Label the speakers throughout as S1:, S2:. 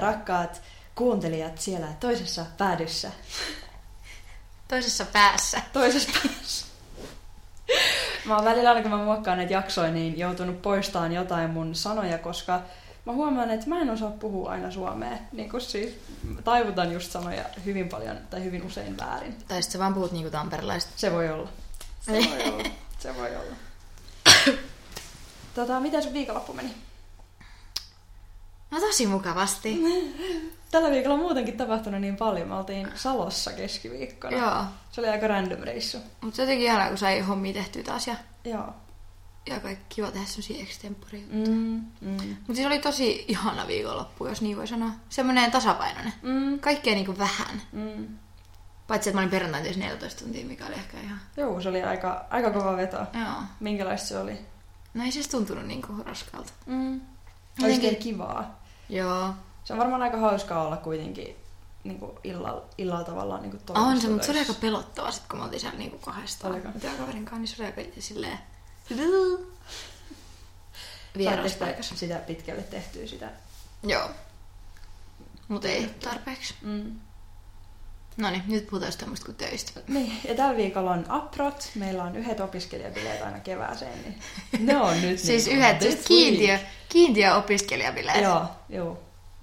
S1: rakkaat kuuntelijat siellä toisessa päädyssä.
S2: Toisessa päässä.
S1: Toisessa päässä. Mä oon välillä, aina kun mä muokkaan näitä jaksoja, niin joutunut poistamaan jotain mun sanoja, koska mä huomaan, että mä en osaa puhua aina suomea. Niin kun siis taivutan just sanoja hyvin paljon tai hyvin usein väärin.
S2: Tai sitten sä vaan puhut niinku tamperelaiset.
S1: Se voi olla. Se voi olla. Se voi olla. Tota, miten sun viikonloppu meni?
S2: No tosi mukavasti.
S1: Tällä viikolla on muutenkin tapahtunut niin paljon. Me oltiin Salossa keskiviikkona.
S2: Joo.
S1: Se oli aika random reissu.
S2: Mutta se jotenkin ihanaa, kun sai hommia tehtyä taas ja,
S1: Joo.
S2: ja kaikki kiva tehdä semmosia extemporia. Mm.
S1: Mm, mm.
S2: Mutta siis oli tosi ihana viikonloppu, jos niin voi sanoa. Semmoinen tasapainoinen.
S1: Mm,
S2: Kaikkea niinku vähän.
S1: mm.
S2: Paitsi, että mä olin perjantaina töissä 14 tuntia, mikä oli ehkä ihan...
S1: Joo, se oli aika, aika kova veto.
S2: Joo.
S1: Minkälaista se oli?
S2: No ei siis tuntunut niinku raskalta.
S1: Mm.
S2: Jotenkin-
S1: Oikein kivaa.
S2: Joo.
S1: Se on varmaan aika hauskaa olla kuitenkin niin kuin illalla, illalla tavallaan niin kuin
S2: On se, mutta se oli aika pelottavaa sit, kun me oltiin siellä niinku kahdestaan.
S1: Oliko?
S2: Työkaverin kanssa, niin se oli aika silleen... Vieras
S1: sitä, sitä pitkälle tehtyä sitä.
S2: Joo. Mutta ei tarpeeksi.
S1: Mm.
S2: No niin, nyt puhutaan jostain muista kuin töistä.
S1: Niin, ja tällä viikolla on aprot. Meillä on yhdet opiskelijabileet aina kevääseen, niin ne on nyt
S2: Siis
S1: niin
S2: yhdet
S1: this
S2: siis kiintiö,
S1: week.
S2: kiintiö opiskelijabileet.
S1: Joo, joo.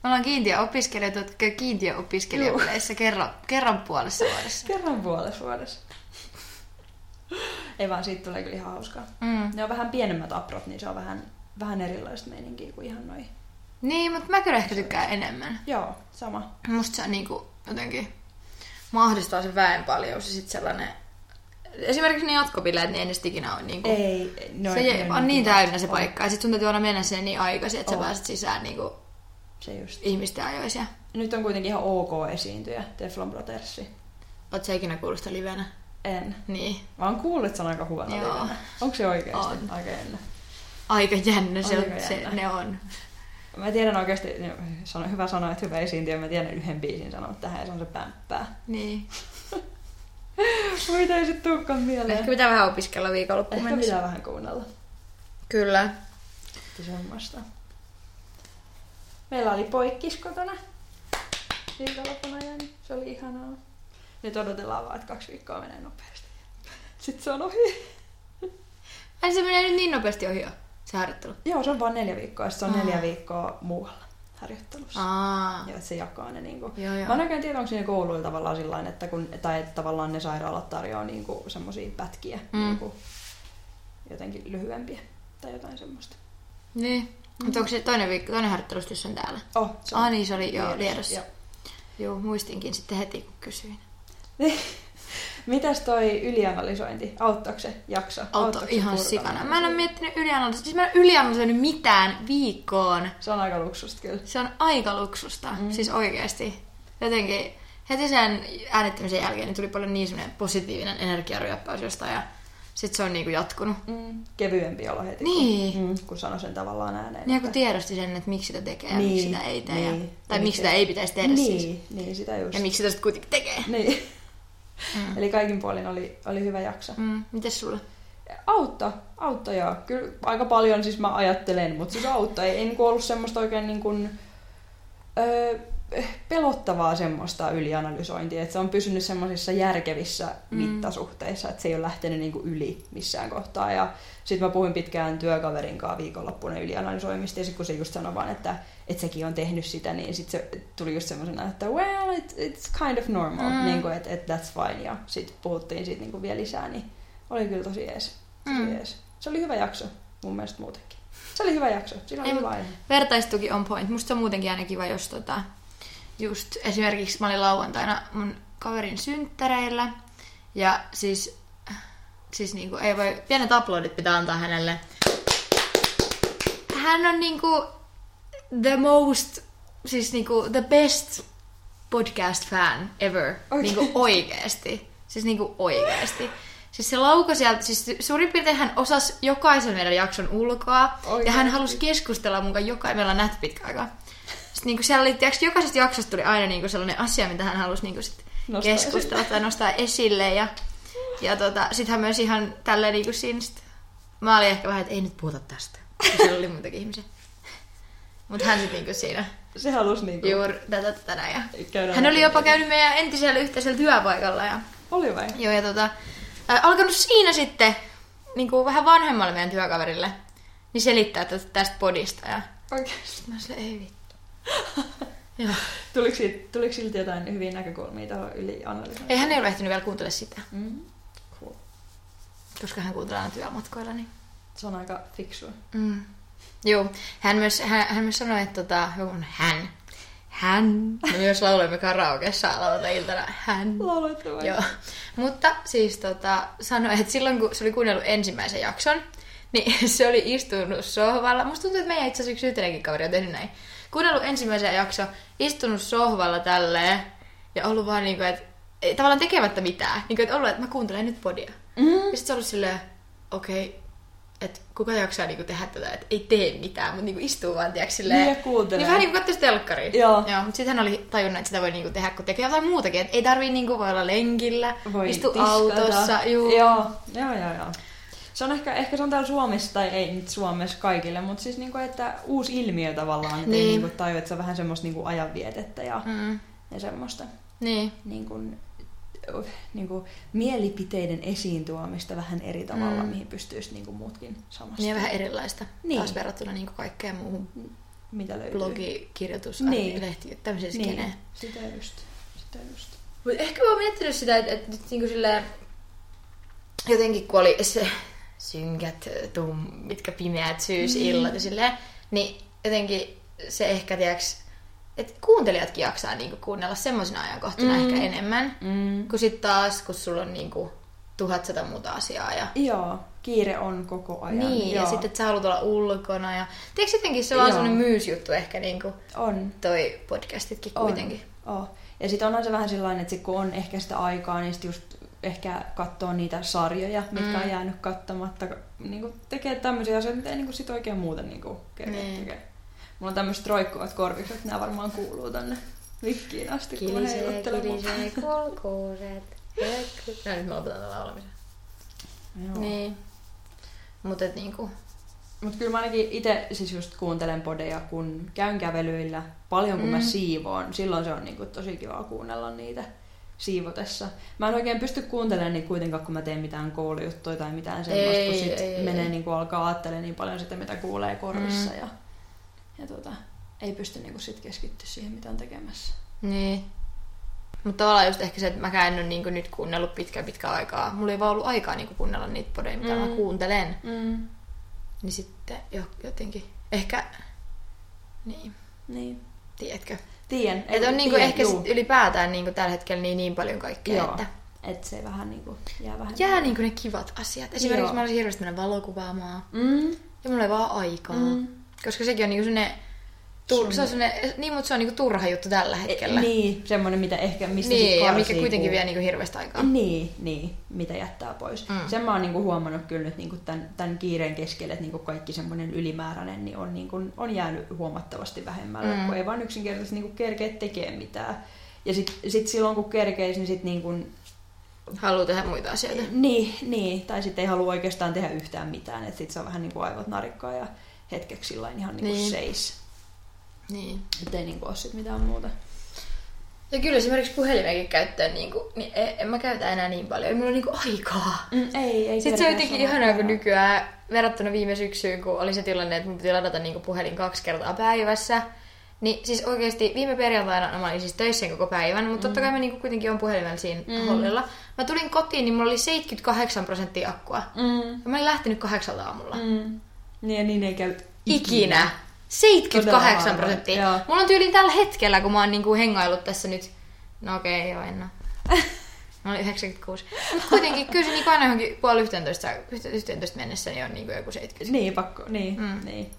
S2: Me ollaan kiintiö opiskelijat, jotka käy kiintiö opiskelijabileissä kerran, kerran puolessa vuodessa.
S1: Kerran puolessa vuodessa. Ei vaan, siitä tulee kyllä ihan hauskaa.
S2: Mm.
S1: Ne on vähän pienemmät aprot, niin se on vähän, vähän erilaista meininkiä kuin ihan noi.
S2: Niin, mutta mä kyllä ehkä tykkään enemmän.
S1: Joo, sama.
S2: Musta se on niinku jotenkin mahdistaa se väen paljon, se sit sellainen... Esimerkiksi ne jatkobileet, niin ei ne sit ikinä ole niinku...
S1: Ei, noin,
S2: se ei,
S1: noin
S2: on niin
S1: kivat.
S2: täynnä se
S1: On. niinku
S2: paikka, ja sit sun täytyy aina mennä sinne niin aikaisin, että sä
S1: On.
S2: pääset sisään niinku
S1: Se just.
S2: ihmisten ajoisia.
S1: Nyt on kuitenkin ihan ok esiintyjä, Teflon Brothersi.
S2: Oot sä ikinä kuullut sitä livenä?
S1: En.
S2: Niin.
S1: Mä oon kuullut, että se on aika huono
S2: Joo.
S1: livenä. Onko se oikeasti?
S2: On.
S1: Aika jännä.
S2: Aika jännä se, on,
S1: Aika
S2: se
S1: jännä.
S2: ne on.
S1: Mä tiedän oikeasti, no, sano, hyvä sanoa, että hyvä esiintyjä, mä tiedän yhden biisin sanoa tähän ja se on se pämppää.
S2: Niin.
S1: Mitä ei sit tulekaan mieleen?
S2: Ehkä pitää vähän opiskella viikonloppuun
S1: Ehkä
S2: mennessä.
S1: pitää vähän kuunnella.
S2: Kyllä.
S1: Että Semmoista. Meillä oli poikkis kotona viikonloppuna ja niin se oli ihanaa. Nyt odotellaan vaan, että kaksi viikkoa menee nopeasti. Sitten se on ohi.
S2: Ai se menee nyt niin nopeasti ohi jo, se harjoittelu.
S1: Joo, se on vaan neljä viikkoa ja sit se on
S2: Aa.
S1: neljä viikkoa muualla harjoittelussa.
S2: Aa.
S1: Ja että se jakaa ne niinku.
S2: Joo, joo.
S1: Mä en oikein tiedä, onko siinä kouluilla tavallaan sillain, että kun, tai että tavallaan ne sairaalat tarjoaa niinku semmosia pätkiä,
S2: Mm.
S1: mm. niinku, jotenkin lyhyempiä tai jotain semmoista.
S2: Niin. Mm-hmm. Mutta onko se toinen, viikko, toinen harjoittelu sitten, jos on täällä?
S1: Oh, se on
S2: Ah niin, se oli joo, Liedossa.
S1: Joo.
S2: Joo. joo, muistinkin sitten heti, kun kysyin.
S1: Niin. Mitäs toi ylianalysointi? Auttaako se jakso?
S2: Auto
S1: Auttaako se
S2: ihan
S1: purkamaan?
S2: sikana. Mä en ole miettinyt ylianalysointia. Siis mä en ole ylianalysoinut mitään viikkoon.
S1: Se on aika luksusta kyllä.
S2: Se on aika luksusta, mm. siis oikeasti. Jotenkin heti sen äänittämisen jälkeen niin tuli paljon niin semmoinen positiivinen energiaryöppäys jostain ja sit se on niinku jatkunut.
S1: Mm. Kevyempi olo heti,
S2: Niin.
S1: kun, mm, kun sano sen tavallaan ääneen.
S2: Niin ja kun
S1: että-
S2: tiedosti sen, että miksi sitä tekee ja
S1: Niin,
S2: miksi sitä ei tee ja,
S1: niin.
S2: tai
S1: Ja
S2: miksi
S1: miksi-
S2: sitä ei pitäisi tehdä
S1: niin,
S2: siis.
S1: niin, sitä just.
S2: Ja miksi sitä sitten kuitenkin tekee.
S1: Niin. Mm. Eli kaikin puolin oli, oli hyvä jakso.
S2: Mm, mites sulla?
S1: Autto, autto joo. Kyllä aika paljon siis mä ajattelen, mutta siis autto. Ei, ei niinku ollut semmoista oikein niin kuin, öö, pelottavaa semmoista ylianalysointia, että se on pysynyt semmoisissa järkevissä
S2: Mm.
S1: mm. mittasuhteissa, että se ei ole lähtenyt niinku yli missään kohtaa. Ja sitten mä puhuin pitkään työkaverin kanssa viikonloppuna ylianalysoimista, ja sitten kun se just sanoi vaan, että, että sekin on tehnyt sitä, niin sitten se tuli just semmoisena, että well, it, it's kind of normal,
S2: Mm.
S1: mm. niin kuin, että, että that's fine, ja sitten puhuttiin siitä niinku vielä lisää, niin oli kyllä tosi ees. Tosi
S2: Mm.
S1: ees. Se oli hyvä jakso, mun mielestä muutenkin. Se oli hyvä jakso, sillä oli
S2: Ei,
S1: hyvä
S2: mut-
S1: aihe.
S2: Vertaistuki on point. Musta se on muutenkin aina kiva, jos tota, just esimerkiksi mä olin lauantaina mun kaverin synttäreillä. Ja siis, siis niinku, ei voi, pienet aplodit pitää antaa hänelle. Hän on niinku the most, siis niinku the best podcast fan ever.
S1: Oikeesti?
S2: Niinku oikeesti. Siis niinku oikeesti. Siis se lauko sieltä, siis suurin piirtein hän osasi jokaisen meidän jakson ulkoa. Ja hän
S1: Oikeesti.
S2: halusi keskustella mukaan jokainen, meillä on nähty pitkä aikaa. Sitten niinku siellä oli, tiiäks, jokaisesta jaksosta tuli aina niinku sellainen asia, mitä hän halusi niinku sit
S1: Nostaa
S2: keskustella tai nostaa esille. Ja, ja tota, sitten hän myös ihan tälleen niinku siinä sit, mä olin ehkä vähän, että ei nyt puhuta tästä. kun Siellä oli muitakin ihmisiä. Mutta hän sitten niinku siinä
S1: se halusi niinku...
S2: Juuri tätä tätä ja
S1: Käydään
S2: hän oli
S1: läpi.
S2: jopa käynyt meidän entisellä yhteisellä työpaikalla ja
S1: Oli vai?
S2: Joo, ja tota, ää, alkanut siinä sitten niin kuin vähän vanhemmalle meidän työkaverille niin selittää tätä, tästä podista. Ja
S1: Oikeesti.
S2: mä sille, ei vittu. Joo.
S1: Tuliko, siitä, tuliko silti jotain hyviä näkökulmia tuohon ylianalysointiin?
S2: Ei hän ei ole ehtinyt vielä kuuntele sitä,
S1: Mm. Cool.
S2: koska hän kuuntelee aina työmatkoilla. Niin.
S1: Se on aika fiksua.
S2: Mm. Joo, hän myös, hän, hän myös sanoi, että tota, joku on hän. Hän. Me myös lauloimme karaokeessa lauantai-iltana. Hän.
S1: Lauloitte vai?
S2: Joo. Mutta siis tota, sanoi, että silloin kun se oli kuunnellut ensimmäisen jakson, niin se oli istunut sohvalla. Musta tuntuu, että meidän itse asiassa yksi yhtenäkin kaveri on tehnyt näin. Kuunnellut ensimmäisen jakson, istunut sohvalla tälleen ja ollut vaan niinku, että ei tavallaan tekemättä mitään. Niinku, että ollut, että mä kuuntelen nyt podia.
S1: Mm.
S2: Ja sit se on ollut silleen, okei, okay, että kuka jaksaa niinku tehdä tätä, että ei tee mitään, mutta niinku istuu vaan, tiiäks, silleen.
S1: Niin, ja kuuntelee.
S2: Niin vähän niinku katsoisi telkkaria.
S1: Joo.
S2: Joo, mutta sitten hän oli tajunnut, että sitä voi niinku tehdä, kun tekee jotain muutakin. Et ei tarvii niinku voi olla lenkillä,
S1: Voi
S2: istu
S1: tiskata.
S2: autossa. Juu.
S1: Joo, joo, joo, joo. Se on ehkä, ehkä se on täällä Suomessa, tai ei nyt Suomessa kaikille, mutta siis niinku, että uusi ilmiö tavallaan, että niin. ei
S2: Niin.
S1: niinku taju, että se on vähän semmoista niinku ajanvietettä ja, mm.
S2: Mm.
S1: ja semmoista
S2: Niin.
S1: niinku, niinku, mielipiteiden esiin tuomista vähän eri tavalla,
S2: Mm.
S1: mihin pystyisi niinku muutkin samasta.
S2: Niin ja vähän erilaista.
S1: Niin.
S2: Niin. Taas verrattuna niinku kaikkeen muuhun
S1: Mitä löytyy?
S2: blogikirjoitus,
S1: Niin.
S2: niin. lehti, tämmöiseen niin.
S1: Niin,
S2: skeneen.
S1: sitä just. Sitä just.
S2: Mut ehkä mä oon miettinyt sitä, että, että nyt niinku silleen, jotenkin kun oli se synkät, tum, mitkä pimeät syysillat ja silleen, niin jotenkin se ehkä, tiiäks, että kuuntelijatkin jaksaa niinku kuunnella semmoisena ajankohtina
S1: Mm.
S2: mm. ehkä enemmän,
S1: Mm.
S2: kun sitten taas, kun sulla on niinku tuhat sata muuta asiaa ja
S1: Joo, kiire on koko ajan.
S2: niin,
S1: joo.
S2: ja sitten, että sä haluat olla ulkona ja tiedätkö jotenkin se on vaan
S1: Joo.
S2: semmoinen myysjuttu ehkä niinku
S1: on.
S2: toi podcastitkin kuitenkin.
S1: On. on. Ja sitten onhan se vähän sellainen, että sit kun on ehkä sitä aikaa, niin sit just ehkä katsoo niitä sarjoja, mitkä
S2: Mm.
S1: on jäänyt katsomatta. Niin kuin tekee tämmöisiä asioita, mitä ei niin sit oikein muuten niin kuin
S2: Niin.
S1: tekee. Mulla on tämmöiset roikkuvat korvikset, että nämä varmaan kuuluu tänne vikkiin asti, kun mä
S2: Kilisee,
S1: heiluttelen mun-
S2: kilisee, kulkuuset. No nyt mä lopetan tämän laulamisen.
S1: Joo.
S2: Niin. Mutta et niinku...
S1: Mutta kyllä mä ainakin itse siis just kuuntelen podeja, kun käyn kävelyillä, paljon kun mm. mä
S2: Mm.
S1: siivoon. Silloin se on niinku tosi kiva kuunnella niitä siivotessa. Mä en oikein pysty kuuntelemaan niitä kuitenkaan, kun mä teen mitään koulujuttuja tai mitään semmoista, kun
S2: Ei,
S1: sit
S2: ei, ei.
S1: menee niinku alkaa ajattelemaan niin paljon sitä, mitä kuulee korvissa. Mm. Ja, ja tota, ei pysty niinku sit keskittyä siihen, mitä on tekemässä.
S2: Niin. Mutta tavallaan just ehkä se, että mäkään en ole niinku nyt kuunnellut pitkään pitkään aikaa. Mulla ei vaan ollut aikaa niinku kuunnella niitä podeja, mitä mm. mä
S1: Mm.
S2: kuuntelen.
S1: Mm.
S2: Niin sitten jo, jotenkin... Ehkä... Niin,
S1: Niin.
S2: tiedätkö?
S1: Tien.
S2: Että on niinku ehkä
S1: juu.
S2: sit ylipäätään niinku tällä hetkellä niin, niin paljon kaikkea,
S1: Joo.
S2: että...
S1: Et se vähän niinku jää vähän.
S2: Jää niinku ne kivat asiat. Esimerkiksi
S1: Joo.
S2: Joo. mä olisin hirveästi mennä valokuvaamaan.
S1: Mm.
S2: Ja mulla ei vaan aikaa.
S1: Mm.
S2: Mm. Koska sekin on niinku sinne...
S1: Sun-
S2: Tu- se on sinne, niin, mutta se on niinku turha juttu tällä hetkellä.
S1: E, niin, semmoinen, mitä ehkä, mistä sit
S2: niin ja mikä
S1: karsii
S2: kuitenkin
S1: puu.
S2: vie niinku hirveästi aikaa.
S1: Niin, niin, mitä jättää pois. Mm.
S2: Mm.
S1: Sen mä oon niinku huomannut kyllä nyt niinku tämän, tämän kiireen keskellä, että niinku kaikki semmoinen ylimääräinen niin on, niinku, on jäänyt huomattavasti vähemmälle, mm.
S2: Mm.
S1: kun ei vaan yksinkertaisesti niinku kerkeä tekemään mitään. Ja sitten sit silloin kun kerkeis, niin sitten niinku,
S2: Haluaa tehdä muita asioita.
S1: niin, niin, tai sitten ei halua oikeastaan tehdä yhtään mitään, että sitten se on vähän niinku aivot narikkaa ja hetkeksi sillain ihan niinku niin.
S2: Niin.
S1: seis.
S2: Niin.
S1: Että ei niinku ole sit mitään muuta.
S2: Ja kyllä esimerkiksi puhelimekin käyttöön, niin, kuin, niin en, en mä käytä enää niin paljon. Ei mulla ole niin kuin aikaa.
S1: Mm, ei, ei
S2: Sitten se
S1: kerkeä
S2: on jotenkin
S1: samaan
S2: ihanaa, kun
S1: aikaan.
S2: nykyään verrattuna viime syksyyn, kun oli se tilanne, että mun piti ladata niinku puhelin kaksi kertaa päivässä. Niin siis oikeasti viime perjantaina no mä olin siis töissä sen koko päivän, mutta totta kai mä niinku kuitenkin on puhelimella siinä
S1: Mm.
S2: mm. hollilla. Mä tulin kotiin, niin mulla oli 78 prosenttia akkua.
S1: Mm.
S2: Ja mä olin lähtenyt kahdeksalta aamulla. Mm.
S1: Mm. Niin, ja niin ei käy
S2: Ikinä.
S1: Todella
S2: 78
S1: harvoin,
S2: prosenttia.
S1: joo.
S2: Mulla on tyyliin tällä hetkellä, kun mä oon niinku hengaillut tässä nyt. No okei, okay, joo, en oo. Mä olin 96. Mutta kuitenkin, kyllä se niinku aina johonkin puoli 11, 11 mennessä niin on niinku joku 70.
S1: Niin, pakko, niin, mm.
S2: Mm.
S1: niin.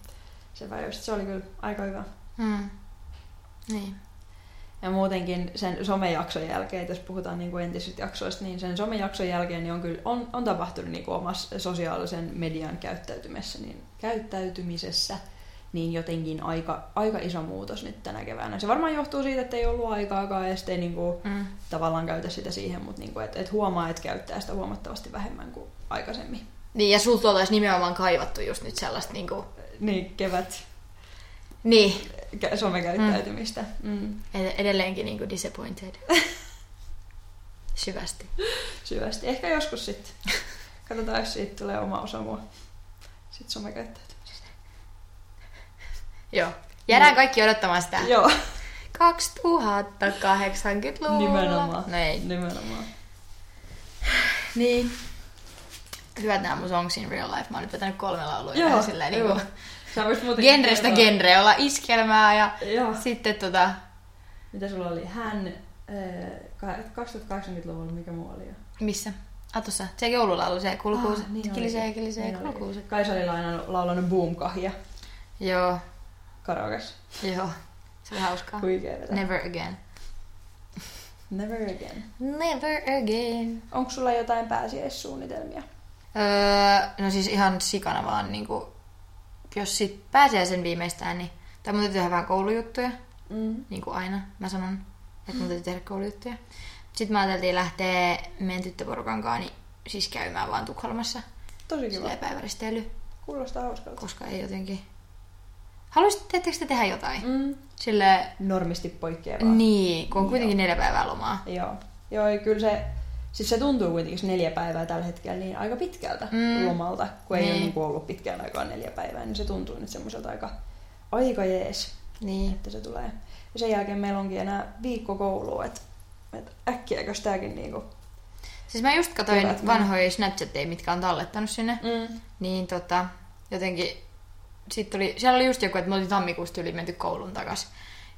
S1: Se vaan just, se oli kyllä aika hyvä.
S2: Mm. Niin.
S1: Ja muutenkin sen somejakson jälkeen, jos puhutaan niin kuin entisistä jaksoista, niin sen somejakson jälkeen niin on kyllä on, on tapahtunut niin kuin omassa sosiaalisen median käyttäytymisessä, niin, käyttäytymisessä niin jotenkin aika, aika iso muutos nyt tänä keväänä. Se varmaan johtuu siitä, että ei ollut aikaakaan ja sitten ei niin kuin
S2: Mm.
S1: tavallaan käytä sitä siihen, mutta niin kuin, et, et huomaa, että käyttää sitä huomattavasti vähemmän kuin aikaisemmin.
S2: Niin, ja sulta oltaisiin nimenomaan kaivattu just nyt sellaista niinku
S1: Niin, kevät.
S2: Niin,
S1: kä- somekäyttäytymistä. Mm.
S2: ed- edelleenkin niin kuin disappointed. Syvästi.
S1: Syvästi. Ehkä joskus sitten. Katsotaan, jos siitä tulee oma osa mua. Sitten somekäyttäytymistä.
S2: Joo. Jäädään
S1: Mm.
S2: kaikki odottamaan sitä.
S1: Joo,
S2: 2080-luvulla.
S1: nimenomaan.
S2: No ei.
S1: Nimenomaan.
S2: Niin. Hyvät nämä mun songs in real life. Mä oon nyt vetänyt kolme laulua.
S1: Joo,
S2: Joo, silleen, niin
S1: joo.
S2: kuin,
S1: Sä voisit muutenkin
S2: genrestä
S1: kertoa-
S2: genre, olla iskelmää ja
S1: Joo.
S2: sitten tota,
S1: Mitä sulla oli? Hän eh, ka- 2080-luvulla, mikä muu oli jo?
S2: missä? Atossa, se joululaulu, se kulkuus, ah, niin kilisee,
S1: olikin.
S2: kilisee,
S1: Niin oli.
S2: kulkuus.
S1: Kaisa oli lainannut- laulanut boomkahja
S2: Joo,
S1: karaokes.
S2: joo, se oli hauskaa.
S1: Huikea vetä.
S2: Never again.
S1: Never again.
S2: Never again.
S1: Onko sulla jotain pääsiäissuunnitelmia?
S2: Öö, no siis ihan sikana vaan, niinku, jos sit pääsee sen viimeistään, niin... Tai mun täytyy tehdä vähän koulujuttuja,
S1: Mm.
S2: niin kuin aina mä sanon, että mun täytyy tehdä koulujuttuja. Sitten mä ajateltiin lähteä meidän tyttöporukan kanssa, niin siis käymään vaan Tukholmassa.
S1: Tosi kiva.
S2: Silleen päiväristely,
S1: Kuulostaa hauskalta.
S2: koska ei jotenkin... Haluaisitteko te tehdä jotain?
S1: Mm.
S2: Sille
S1: Normisti poikkeavaa.
S2: niin, kun on kuitenkin neljä päivää lomaa.
S1: Joo. Joo, ei, kyllä se, siis se tuntuu kuitenkin se neljä päivää tällä hetkellä niin aika pitkältä
S2: Mm.
S1: mm. lomalta, kun ei
S2: Niin.
S1: ole niin kuin ollut pitkään aikaan neljä päivää, niin se tuntuu nyt semmoiselta aika, aika jees,
S2: Niin.
S1: että se tulee. Ja sen jälkeen meillä onkin enää viikko koulua, että et äkkiäkös tääkin niinku...
S2: Siis mä just katsoin
S1: Hyvä, että-
S2: vanhoja Snapchatteja, mitkä on tallettanut sinne.
S1: Mm.
S2: Niin tota, jotenkin... Sitten oli, siellä oli just joku, että me oltiin tammikuusta yli menty koulun takas.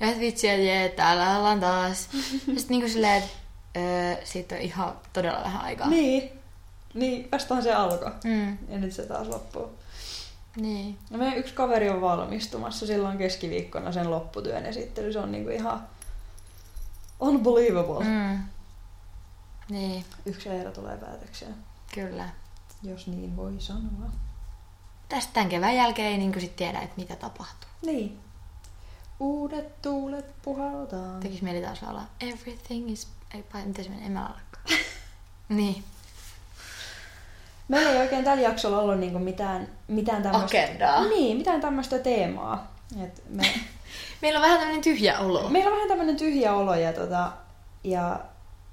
S2: Ja et vitsi, että jee, täällä ollaan taas. ja sitten niinku silleen, että öö, siitä on ihan todella vähän aikaa.
S1: Niin. Niin, vastahan se alkoi.
S2: Mm,
S1: Ja nyt se taas loppuu.
S2: niin.
S1: No meidän yksi kaveri on valmistumassa silloin keskiviikkona sen lopputyön esittely. Se on niinku ihan unbelievable. Mm.
S2: Mm. Niin,
S1: Yksi eero tulee päätökseen.
S2: kyllä.
S1: Jos niin voi sanoa.
S2: Tästä tämän kevään jälkeen ei niinku sit tiedä, että mitä tapahtuu.
S1: Niin. Uudet tuulet puhaltaan.
S2: Tekis mieli taas olla Everything is... Ei, pa- miten se menee? En mä alakaan. niin.
S1: Meillä ei oikein tällä jaksolla ollut niinku mitään, mitään tämmöistä...
S2: Agendaa.
S1: Niin, mitään tämmöistä teemaa. Et me,
S2: Meillä on vähän tämmönen tyhjä olo.
S1: meillä on vähän tämmöinen tyhjä olo ja, tota, ja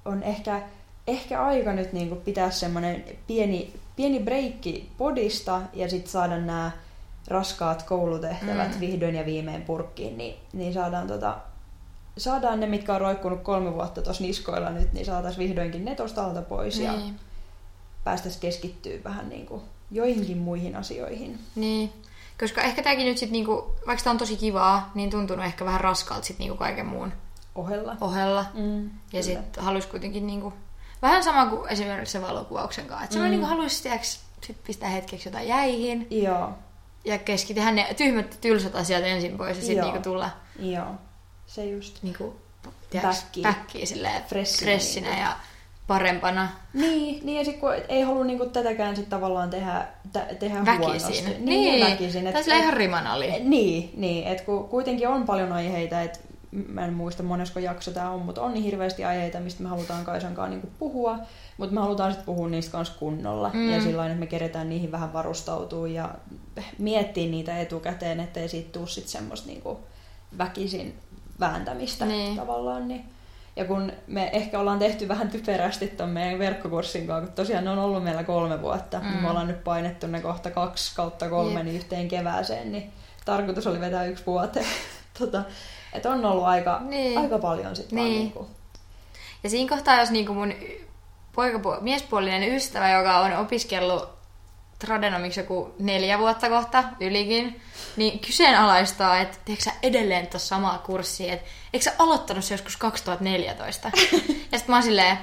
S1: on ehkä, ehkä aika nyt niinku pitää semmoinen pieni, pieni breikki podista ja sitten saada nämä raskaat koulutehtävät
S2: Mm.
S1: mm. vihdoin ja viimein purkkiin, niin, niin saadaan tota, saadaan ne, mitkä on roikkunut kolme vuotta tuossa niskoilla nyt, niin saataisiin vihdoinkin ne tuosta alta pois ja
S2: Niin.
S1: päästäisiin keskittyä vähän niin kuin joihinkin muihin asioihin.
S2: Niin. Koska ehkä tääkin nyt sit niinku, vaikka tää on tosi kivaa, niin tuntunut ehkä vähän raskaalta sit niinku kaiken muun
S1: Ohella.
S2: ohella. Mm,
S1: Mm,
S2: ja
S1: kyllä.
S2: sit halus kuitenkin niinku, vähän sama kuin esimerkiksi se valokuvauksen kanssa. Että mm. niinku halus tiiäks, sit pistää hetkeksi jotain jäihin
S1: Joo,
S2: ja keski tehdä ne tyhmät tylsät asiat ensin pois ja sitten
S1: Joo.
S2: niinku tulla
S1: joo. Se just.
S2: niinku, tiiäks,
S1: Backkiin.
S2: backkiin silleen
S1: Freshinä
S2: freshinä
S1: niinku.
S2: ja parempana.
S1: Niin, niin ja sit kun ei halua niinku tätäkään sit tavallaan tehdä, tä, tehdä huonosti.
S2: Väkisin.
S1: Niin, niin. väkisin.
S2: Tai sillä ihan riman ali.
S1: Niin, niin että kun kuitenkin on paljon aiheita, että mä en muista monesko jakso tämä on, mutta on niin hirveästi aiheita, mistä me halutaan Kaisan kanssa niinku puhua, mutta me halutaan sitten puhua niistä kanssa kunnolla.
S2: Mm.
S1: Mm. Ja sillä että me keretään niihin vähän varustautua ja miettiä niitä etukäteen, ettei siitä tule sitten semmoista niinku väkisin vääntämistä
S2: Niin.
S1: niin. tavallaan. Niin. Ja kun me ehkä ollaan tehty vähän typerästi ton meidän verkkokurssin kanssa, kun tosiaan ne on ollut meillä kolme vuotta, mm. niin
S2: Mm.
S1: me ollaan nyt painettu ne kohta kaksi kautta kolme
S2: Jep.
S1: niin yhteen kevääseen, niin tarkoitus oli vetää yksi vuoteen. tota, et on ollut aika,
S2: Niin.
S1: niin. aika paljon sitten niin. vaan
S2: Niin.
S1: niinku.
S2: Ja siinä kohtaa, jos niinku mun y- poikapu- miespuolinen ystävä, joka on opiskellut tradenomiksi joku neljä vuotta kohta ylikin, niin kyseenalaistaa, että teekö sä edelleen tuossa samaa kurssia, että eikö sä aloittanut se joskus 2014? ja sitten mä oon silleen,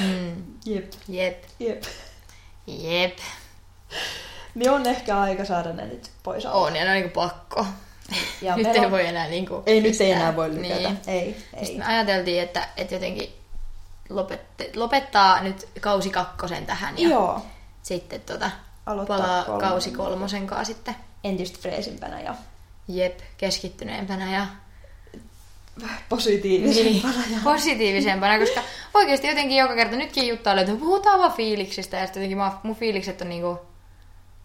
S2: mm,
S1: Jep,
S2: jep,
S1: jep.
S2: jep,
S1: Niin on ehkä aika saada ne nyt pois alta.
S2: on ja ne on niinku pakko.
S1: Ja
S2: nyt
S1: meillä
S2: ei
S1: on-
S2: voi enää niinku
S1: Ei nyt ei
S2: pistää.
S1: enää voi lykätä.
S2: Niin.
S1: Niin. Ei,
S2: Sitten
S1: ei.
S2: me ajateltiin, että, että jotenkin lopette, lopettaa nyt kausi kakkosen tähän. Ja
S1: Joo,
S2: sitten tota,
S1: Aloittaa
S2: palaa
S1: kolmonen.
S2: kausi kolmosen kanssa sitten.
S1: entistä freesimpänä ja
S2: Jep, keskittyneempänä ja
S1: positiivisempana. Niin.
S2: positiivisempana, koska oikeasti jotenkin joka kerta nytkin juttaa, että puhutaan vaan fiiliksistä ja sitten jotenkin mä- mun fiilikset on niinku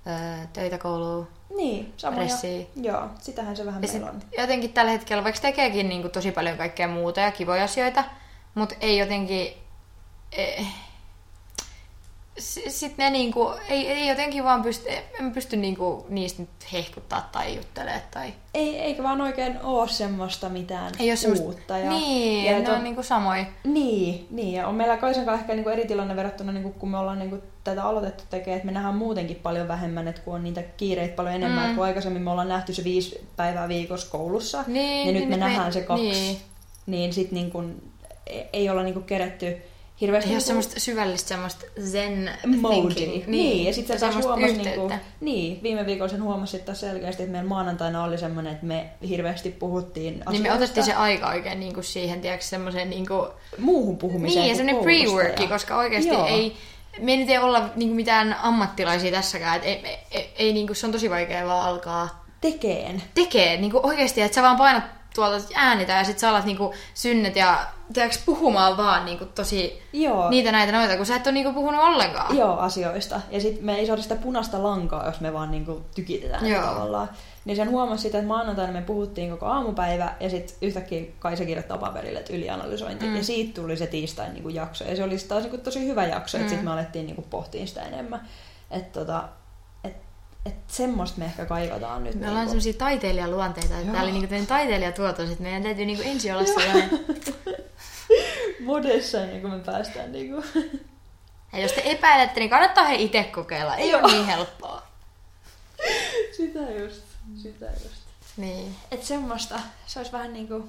S2: öö, töitä kouluun.
S1: Niin, samoja.
S2: Pressiä.
S1: Joo, sitähän se vähän
S2: Ja
S1: ja
S2: sit
S1: meillä on.
S2: jotenkin tällä hetkellä, vaikka tekeekin niin kuin tosi paljon kaikkea muuta ja kivoja asioita, mutta ei jotenkin... Eh, sitten ne niinku, ei, ei jotenkin vaan pysty, en pysty niinku niistä nyt hehkuttaa tai juttelee tai...
S1: Ei, eikä vaan oikein oo semmoista mitään
S2: Ei ole semmoista...
S1: uutta. Ja,
S2: niin,
S1: ja
S2: ja ne
S1: to-
S2: on niinku samoja.
S1: Niin, niin, ja on meillä Kaisan kanssa ehkä niinku eri tilanne verrattuna, niinku, kun me ollaan niinku tätä aloitettu tekemään, että me nähdään muutenkin paljon vähemmän, että kun on niitä kiireitä paljon enemmän,
S2: Mm.
S1: mm. kun aikaisemmin me ollaan nähty se viisi päivää viikossa koulussa,
S2: Niin,
S1: ja nyt
S2: niin
S1: me
S2: nyt me-
S1: nähdään se kaksi,
S2: niin.
S1: niin, niin sitten niinku, e- ei olla niinku keretty hirveästi...
S2: Ei ole
S1: niinku-
S2: semmoista syvällistä semmoista zen
S1: Moodi.
S2: thinking.
S1: Niin, ja sitten se taas
S2: semmoista
S1: huomasi,
S2: yhteyttä.
S1: niinku, niin, viime viikolla sen huomasi taas selkeästi, että meidän maanantaina oli semmoinen, että me hirveästi puhuttiin asioista.
S2: Niin me otettiin se aika oikein niinku siihen, tiedätkö, semmoiseen niinku,
S1: muuhun puhumiseen
S2: Niin, ja
S1: kuin
S2: semmoinen
S1: koulusta
S2: pre-worki,
S1: ja-
S2: koska oikeasti
S1: Joo.
S2: ei... Me ei nyt ei olla niinku mitään ammattilaisia tässäkään, että ei, ei, ei niinku, se on tosi vaikea vaan alkaa
S1: Tekeen.
S2: tekee niinku oikeasti, että sä vaan painat tuolta äänitä ja sit sä alat niinku synnet ja tiedätkö, puhumaan vaan niinku tosi
S1: Joo.
S2: niitä näitä noita, kun sä et ole niinku puhunut ollenkaan.
S1: Joo, asioista. Ja sitten me ei saada sitä punaista lankaa, jos me vaan niinku tykitetään
S2: Joo.
S1: Joo. tavallaan. Niin sen huomasi sitä, että maanantaina me puhuttiin koko aamupäivä ja sitten yhtäkkiä kai se kirjoittaa paperille, että ylianalysointi.
S2: Mm.
S1: Mm. Ja siitä tuli se tiistain niinku jakso. Ja se oli sit taas niinku tosi hyvä jakso, mm. että sitten me alettiin niinku pohtiin sitä enemmän. Että tota, et, et semmoista me ehkä kaivataan nyt. niinku
S2: Me ollaan semmoisia taiteilijaluonteita, että
S1: Joo.
S2: tää oli niinku tämmöinen taiteilijatuotos, että meidän täytyy niinku ensin olla sellainen
S1: modessa ennen kuin me päästään niinku...
S2: Ja jos te epäilette, niin kannattaa he itse kokeilla. Ei ole niin helppoa.
S1: sitä just, sitä just.
S2: Niin.
S1: Et semmoista, se olisi vähän niinku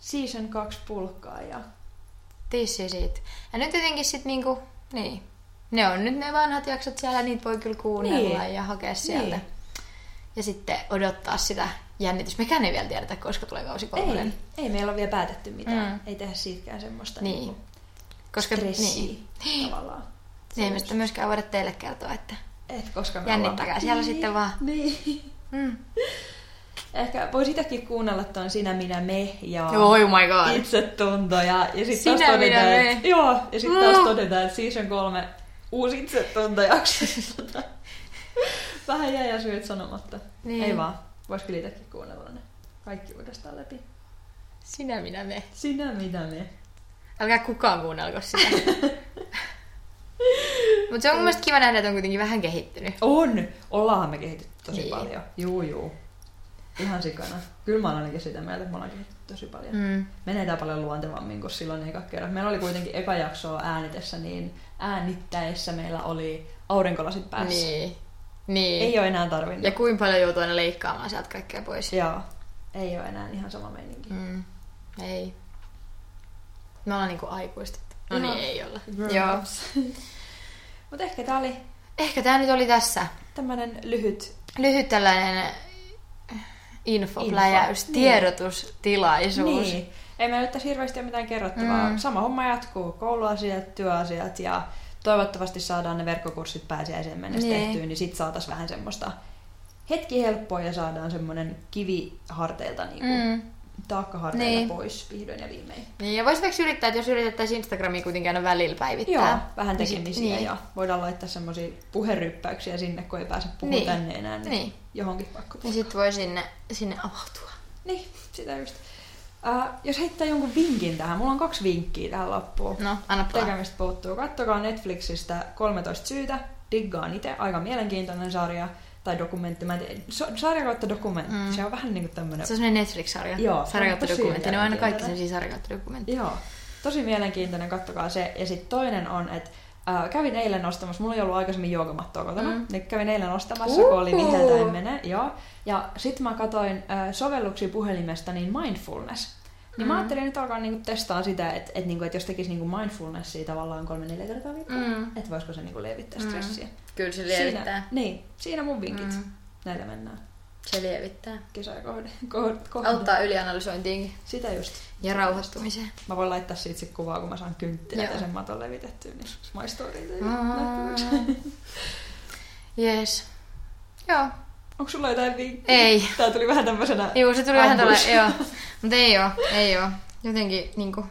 S1: season 2 pulkkaa ja
S2: Tissi siitä. Ja nyt jotenkin sit niinku, niin. Ne on nyt ne vanhat jaksot siellä, niitä voi kyllä kuunnella niin.
S1: Niin.
S2: ja hakea sieltä. Niin.
S1: Niin.
S2: Ja sitten odottaa sitä jännitystä. Mekään ei vielä tiedetä, koska tulee kausi
S1: Ei,
S2: kolmonen.
S1: ei meillä ole vielä päätetty mitään.
S2: Mm.
S1: Mm. Ei tehdä siitäkään semmoista
S2: Niin.
S1: niinku
S2: Koska
S1: stressiä
S2: niin.
S1: niin. tavallaan.
S2: Niin, ei me sitä myöskään voida teille kertoa, että...
S1: Et koska me
S2: Jännittäkää
S1: ollaan-
S2: siellä sitten vaan.
S1: Niin.
S2: Mm.
S1: Ehkä voi sitäkin kuunnella ton sinä, minä, me ja
S2: Oh my
S1: Niin.
S2: god.
S1: itsetunto. Ja, ja sit taas
S2: Sinä, minä,
S1: todetaan,
S2: me.
S1: et, joo, ja sit taas
S2: Mm.
S1: todetaan, että season kolme uusi itsetuntojakso. Vähän jäi ja syyt sanomatta.
S2: Niin.
S1: Ei vaan, vois kyllä itsekin kuunnella ne kaikki uudestaan läpi.
S2: Sinä, minä, me.
S1: Sinä, minä, me.
S2: Älkää kukaan kuunnelko sitä. Mutta se on mun mielestä kiva nähdä, että on kuitenkin vähän kehittynyt.
S1: On! Ollaanhan me kehitetty tosi
S2: Niin.
S1: niin. paljon. Juu, juu. Ihan sikana. Kyllä mä oon ainakin sitä mieltä, että me ollaan kehitetty tosi paljon. Mm.
S2: Mm.
S1: Menee tää paljon luontevammin kuin silloin eka kerran. Meillä oli kuitenkin eka jaksoa äänitessä, niin äänittäessä meillä oli aurinkolasit päässä. Niin.
S2: Niin. niin.
S1: Ei ole enää tarvinnut.
S2: Ja kuinka paljon joutuu aina leikkaamaan sieltä kaikkea pois.
S1: Joo. Ei ole enää ihan sama meininki.
S2: Mm. Ei. Me ollaan niinku aikuistettu. No niin,
S1: Joo.
S2: ei olla.
S1: Grown
S2: Joo.
S1: ups. Mut ehkä tää oli
S2: Ehkä tää nyt oli tässä.
S1: tämmönen lyhyt
S2: Lyhyt tällainen infopläjäys,
S1: Info, niin.
S2: tiedotustilaisuus.
S1: Niin. Ei meillä nyt tässä hirveästi ole mitään kerrottavaa.
S2: Mm.
S1: Mm. Sama homma jatkuu. Kouluasiat, työasiat ja toivottavasti saadaan ne verkkokurssit pääsiäiseen mennessä
S2: Niin.
S1: niin. tehtyä, niin sit saataisiin vähän semmoista hetki helppoa ja saadaan semmoinen kivi harteilta, niin kuin, mm.
S2: Mm.
S1: taakka harteilta
S2: Niin.
S1: niin. pois vihdoin ja viimein.
S2: Niin, ja voisi vaikka yrittää, että jos yritettäisiin Instagramia kuitenkin aina välillä päivittää.
S1: Joo, vähän
S2: niin sit-
S1: tekemisiä
S2: niin.
S1: ja voidaan laittaa semmoisia puheryppäyksiä sinne, kun ei pääse puhumaan
S2: Niin.
S1: niin. tänne enää, niin,
S2: Niin.
S1: niin. johonkin pakko
S2: Ja sitten voi sinne, sinne avautua.
S1: Niin, sitä just. Uh, jos heittää jonkun vinkin tähän, mulla on kaksi vinkkiä tähän loppuun.
S2: No, anna palaa.
S1: tekemistä puuttuu. Kattokaa Netflixistä 13 syytä, diggaan itse, aika mielenkiintoinen sarja tai dokumentti. Mä en tiedä, so, sarja kautta dokumentti,
S2: Mm.
S1: mm. se on vähän niin kuin tämmönen...
S2: Se on semmoinen Netflix-sarja.
S1: Joo, se on
S2: Sarjakauttadokumentti.
S1: tosi
S2: Ne on aina kaikki
S1: mielenkiintoinen.
S2: sellaisia sarjakauttadokumentteja.
S1: Joo, tosi mielenkiintoinen, kattokaa se. Ja sitten toinen on, että äh, kävin eilen ostamassa, mulla ei ollut aikaisemmin juokamattoa kotona,
S2: Mm.
S1: mm. niin kävin eilen ostamassa, kun oli
S2: Uhu.
S1: niheltä en mene. Joo. Ja sitten mä katsoin äh, sovelluksia puhelimesta, niin mindfulness. Niin
S2: Mm.
S1: mä ajattelin nyt alkaa niinku testaa sitä, että et niinku, et jos tekisi niinku mindfulnessia tavallaan kolme neljä kertaa viikossa,
S2: Mm.
S1: että voisiko se niinku lievittää
S2: Mm.
S1: stressiä.
S2: Kyllä se
S1: Siinä, niin, siinä mun vinkit. Mm. Näillä mennään
S2: Se lievittää.
S1: kesää kohde. kohde, kohde.
S2: Auttaa ylianalysointiinkin
S1: Sitä just.
S2: ja rauhoittumiseen.
S1: Mä voin laittaa siitä sit kuvaa, kun mä saan kynttilät
S2: Joo.
S1: ja sen maton levitettyä, niin maistuu niitä. No,
S2: Mm. Jees. Joo.
S1: Onko sulla jotain vinkkiä?
S2: Ei.
S1: Tää tuli vähän tämmöisenä...
S2: Joo, se tuli vähän
S1: ambush.
S2: tällä, joo. Mutta ei oo, ei oo. Jotenkin niinku,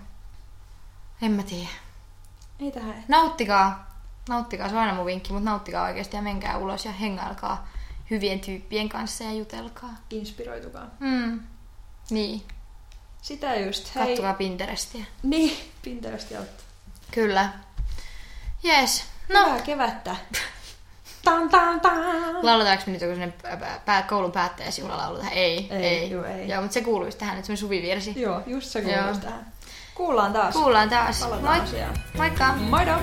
S2: en mä tiedä.
S1: Ei tähän.
S2: Nauttikaa Nauttikaa, se on aina mun vinkki, mutta nauttikaa oikeasti ja menkää ulos ja hengailkaa hyvien tyyppien kanssa ja jutelkaa.
S1: Inspiroitukaa.
S2: Mm. Niin,
S1: Sitä just. Hei.
S2: kattokaa Pinterestiä.
S1: Niin, Pinteresti auttaa.
S2: Kyllä. Yes.
S1: No.
S2: No,
S1: Hyvää kevättä. Tam, tam, tam.
S2: lauletaanko me nyt joku sellainen pä- pä- pää, koulun päättäjäisjuhlalaulu tähän? Ei,
S1: Ei,
S2: ei. ei.
S1: juu, ei.
S2: Joo, mutta se kuuluisi tähän nyt, semmoinen suvivirsi.
S1: Joo, just se
S2: Joo.
S1: kuuluu tähän. Kuullaan taas.
S2: Kuullaan taas.
S1: Palataan
S2: Moi.
S1: asiaan.
S2: Moikka.
S1: Moido!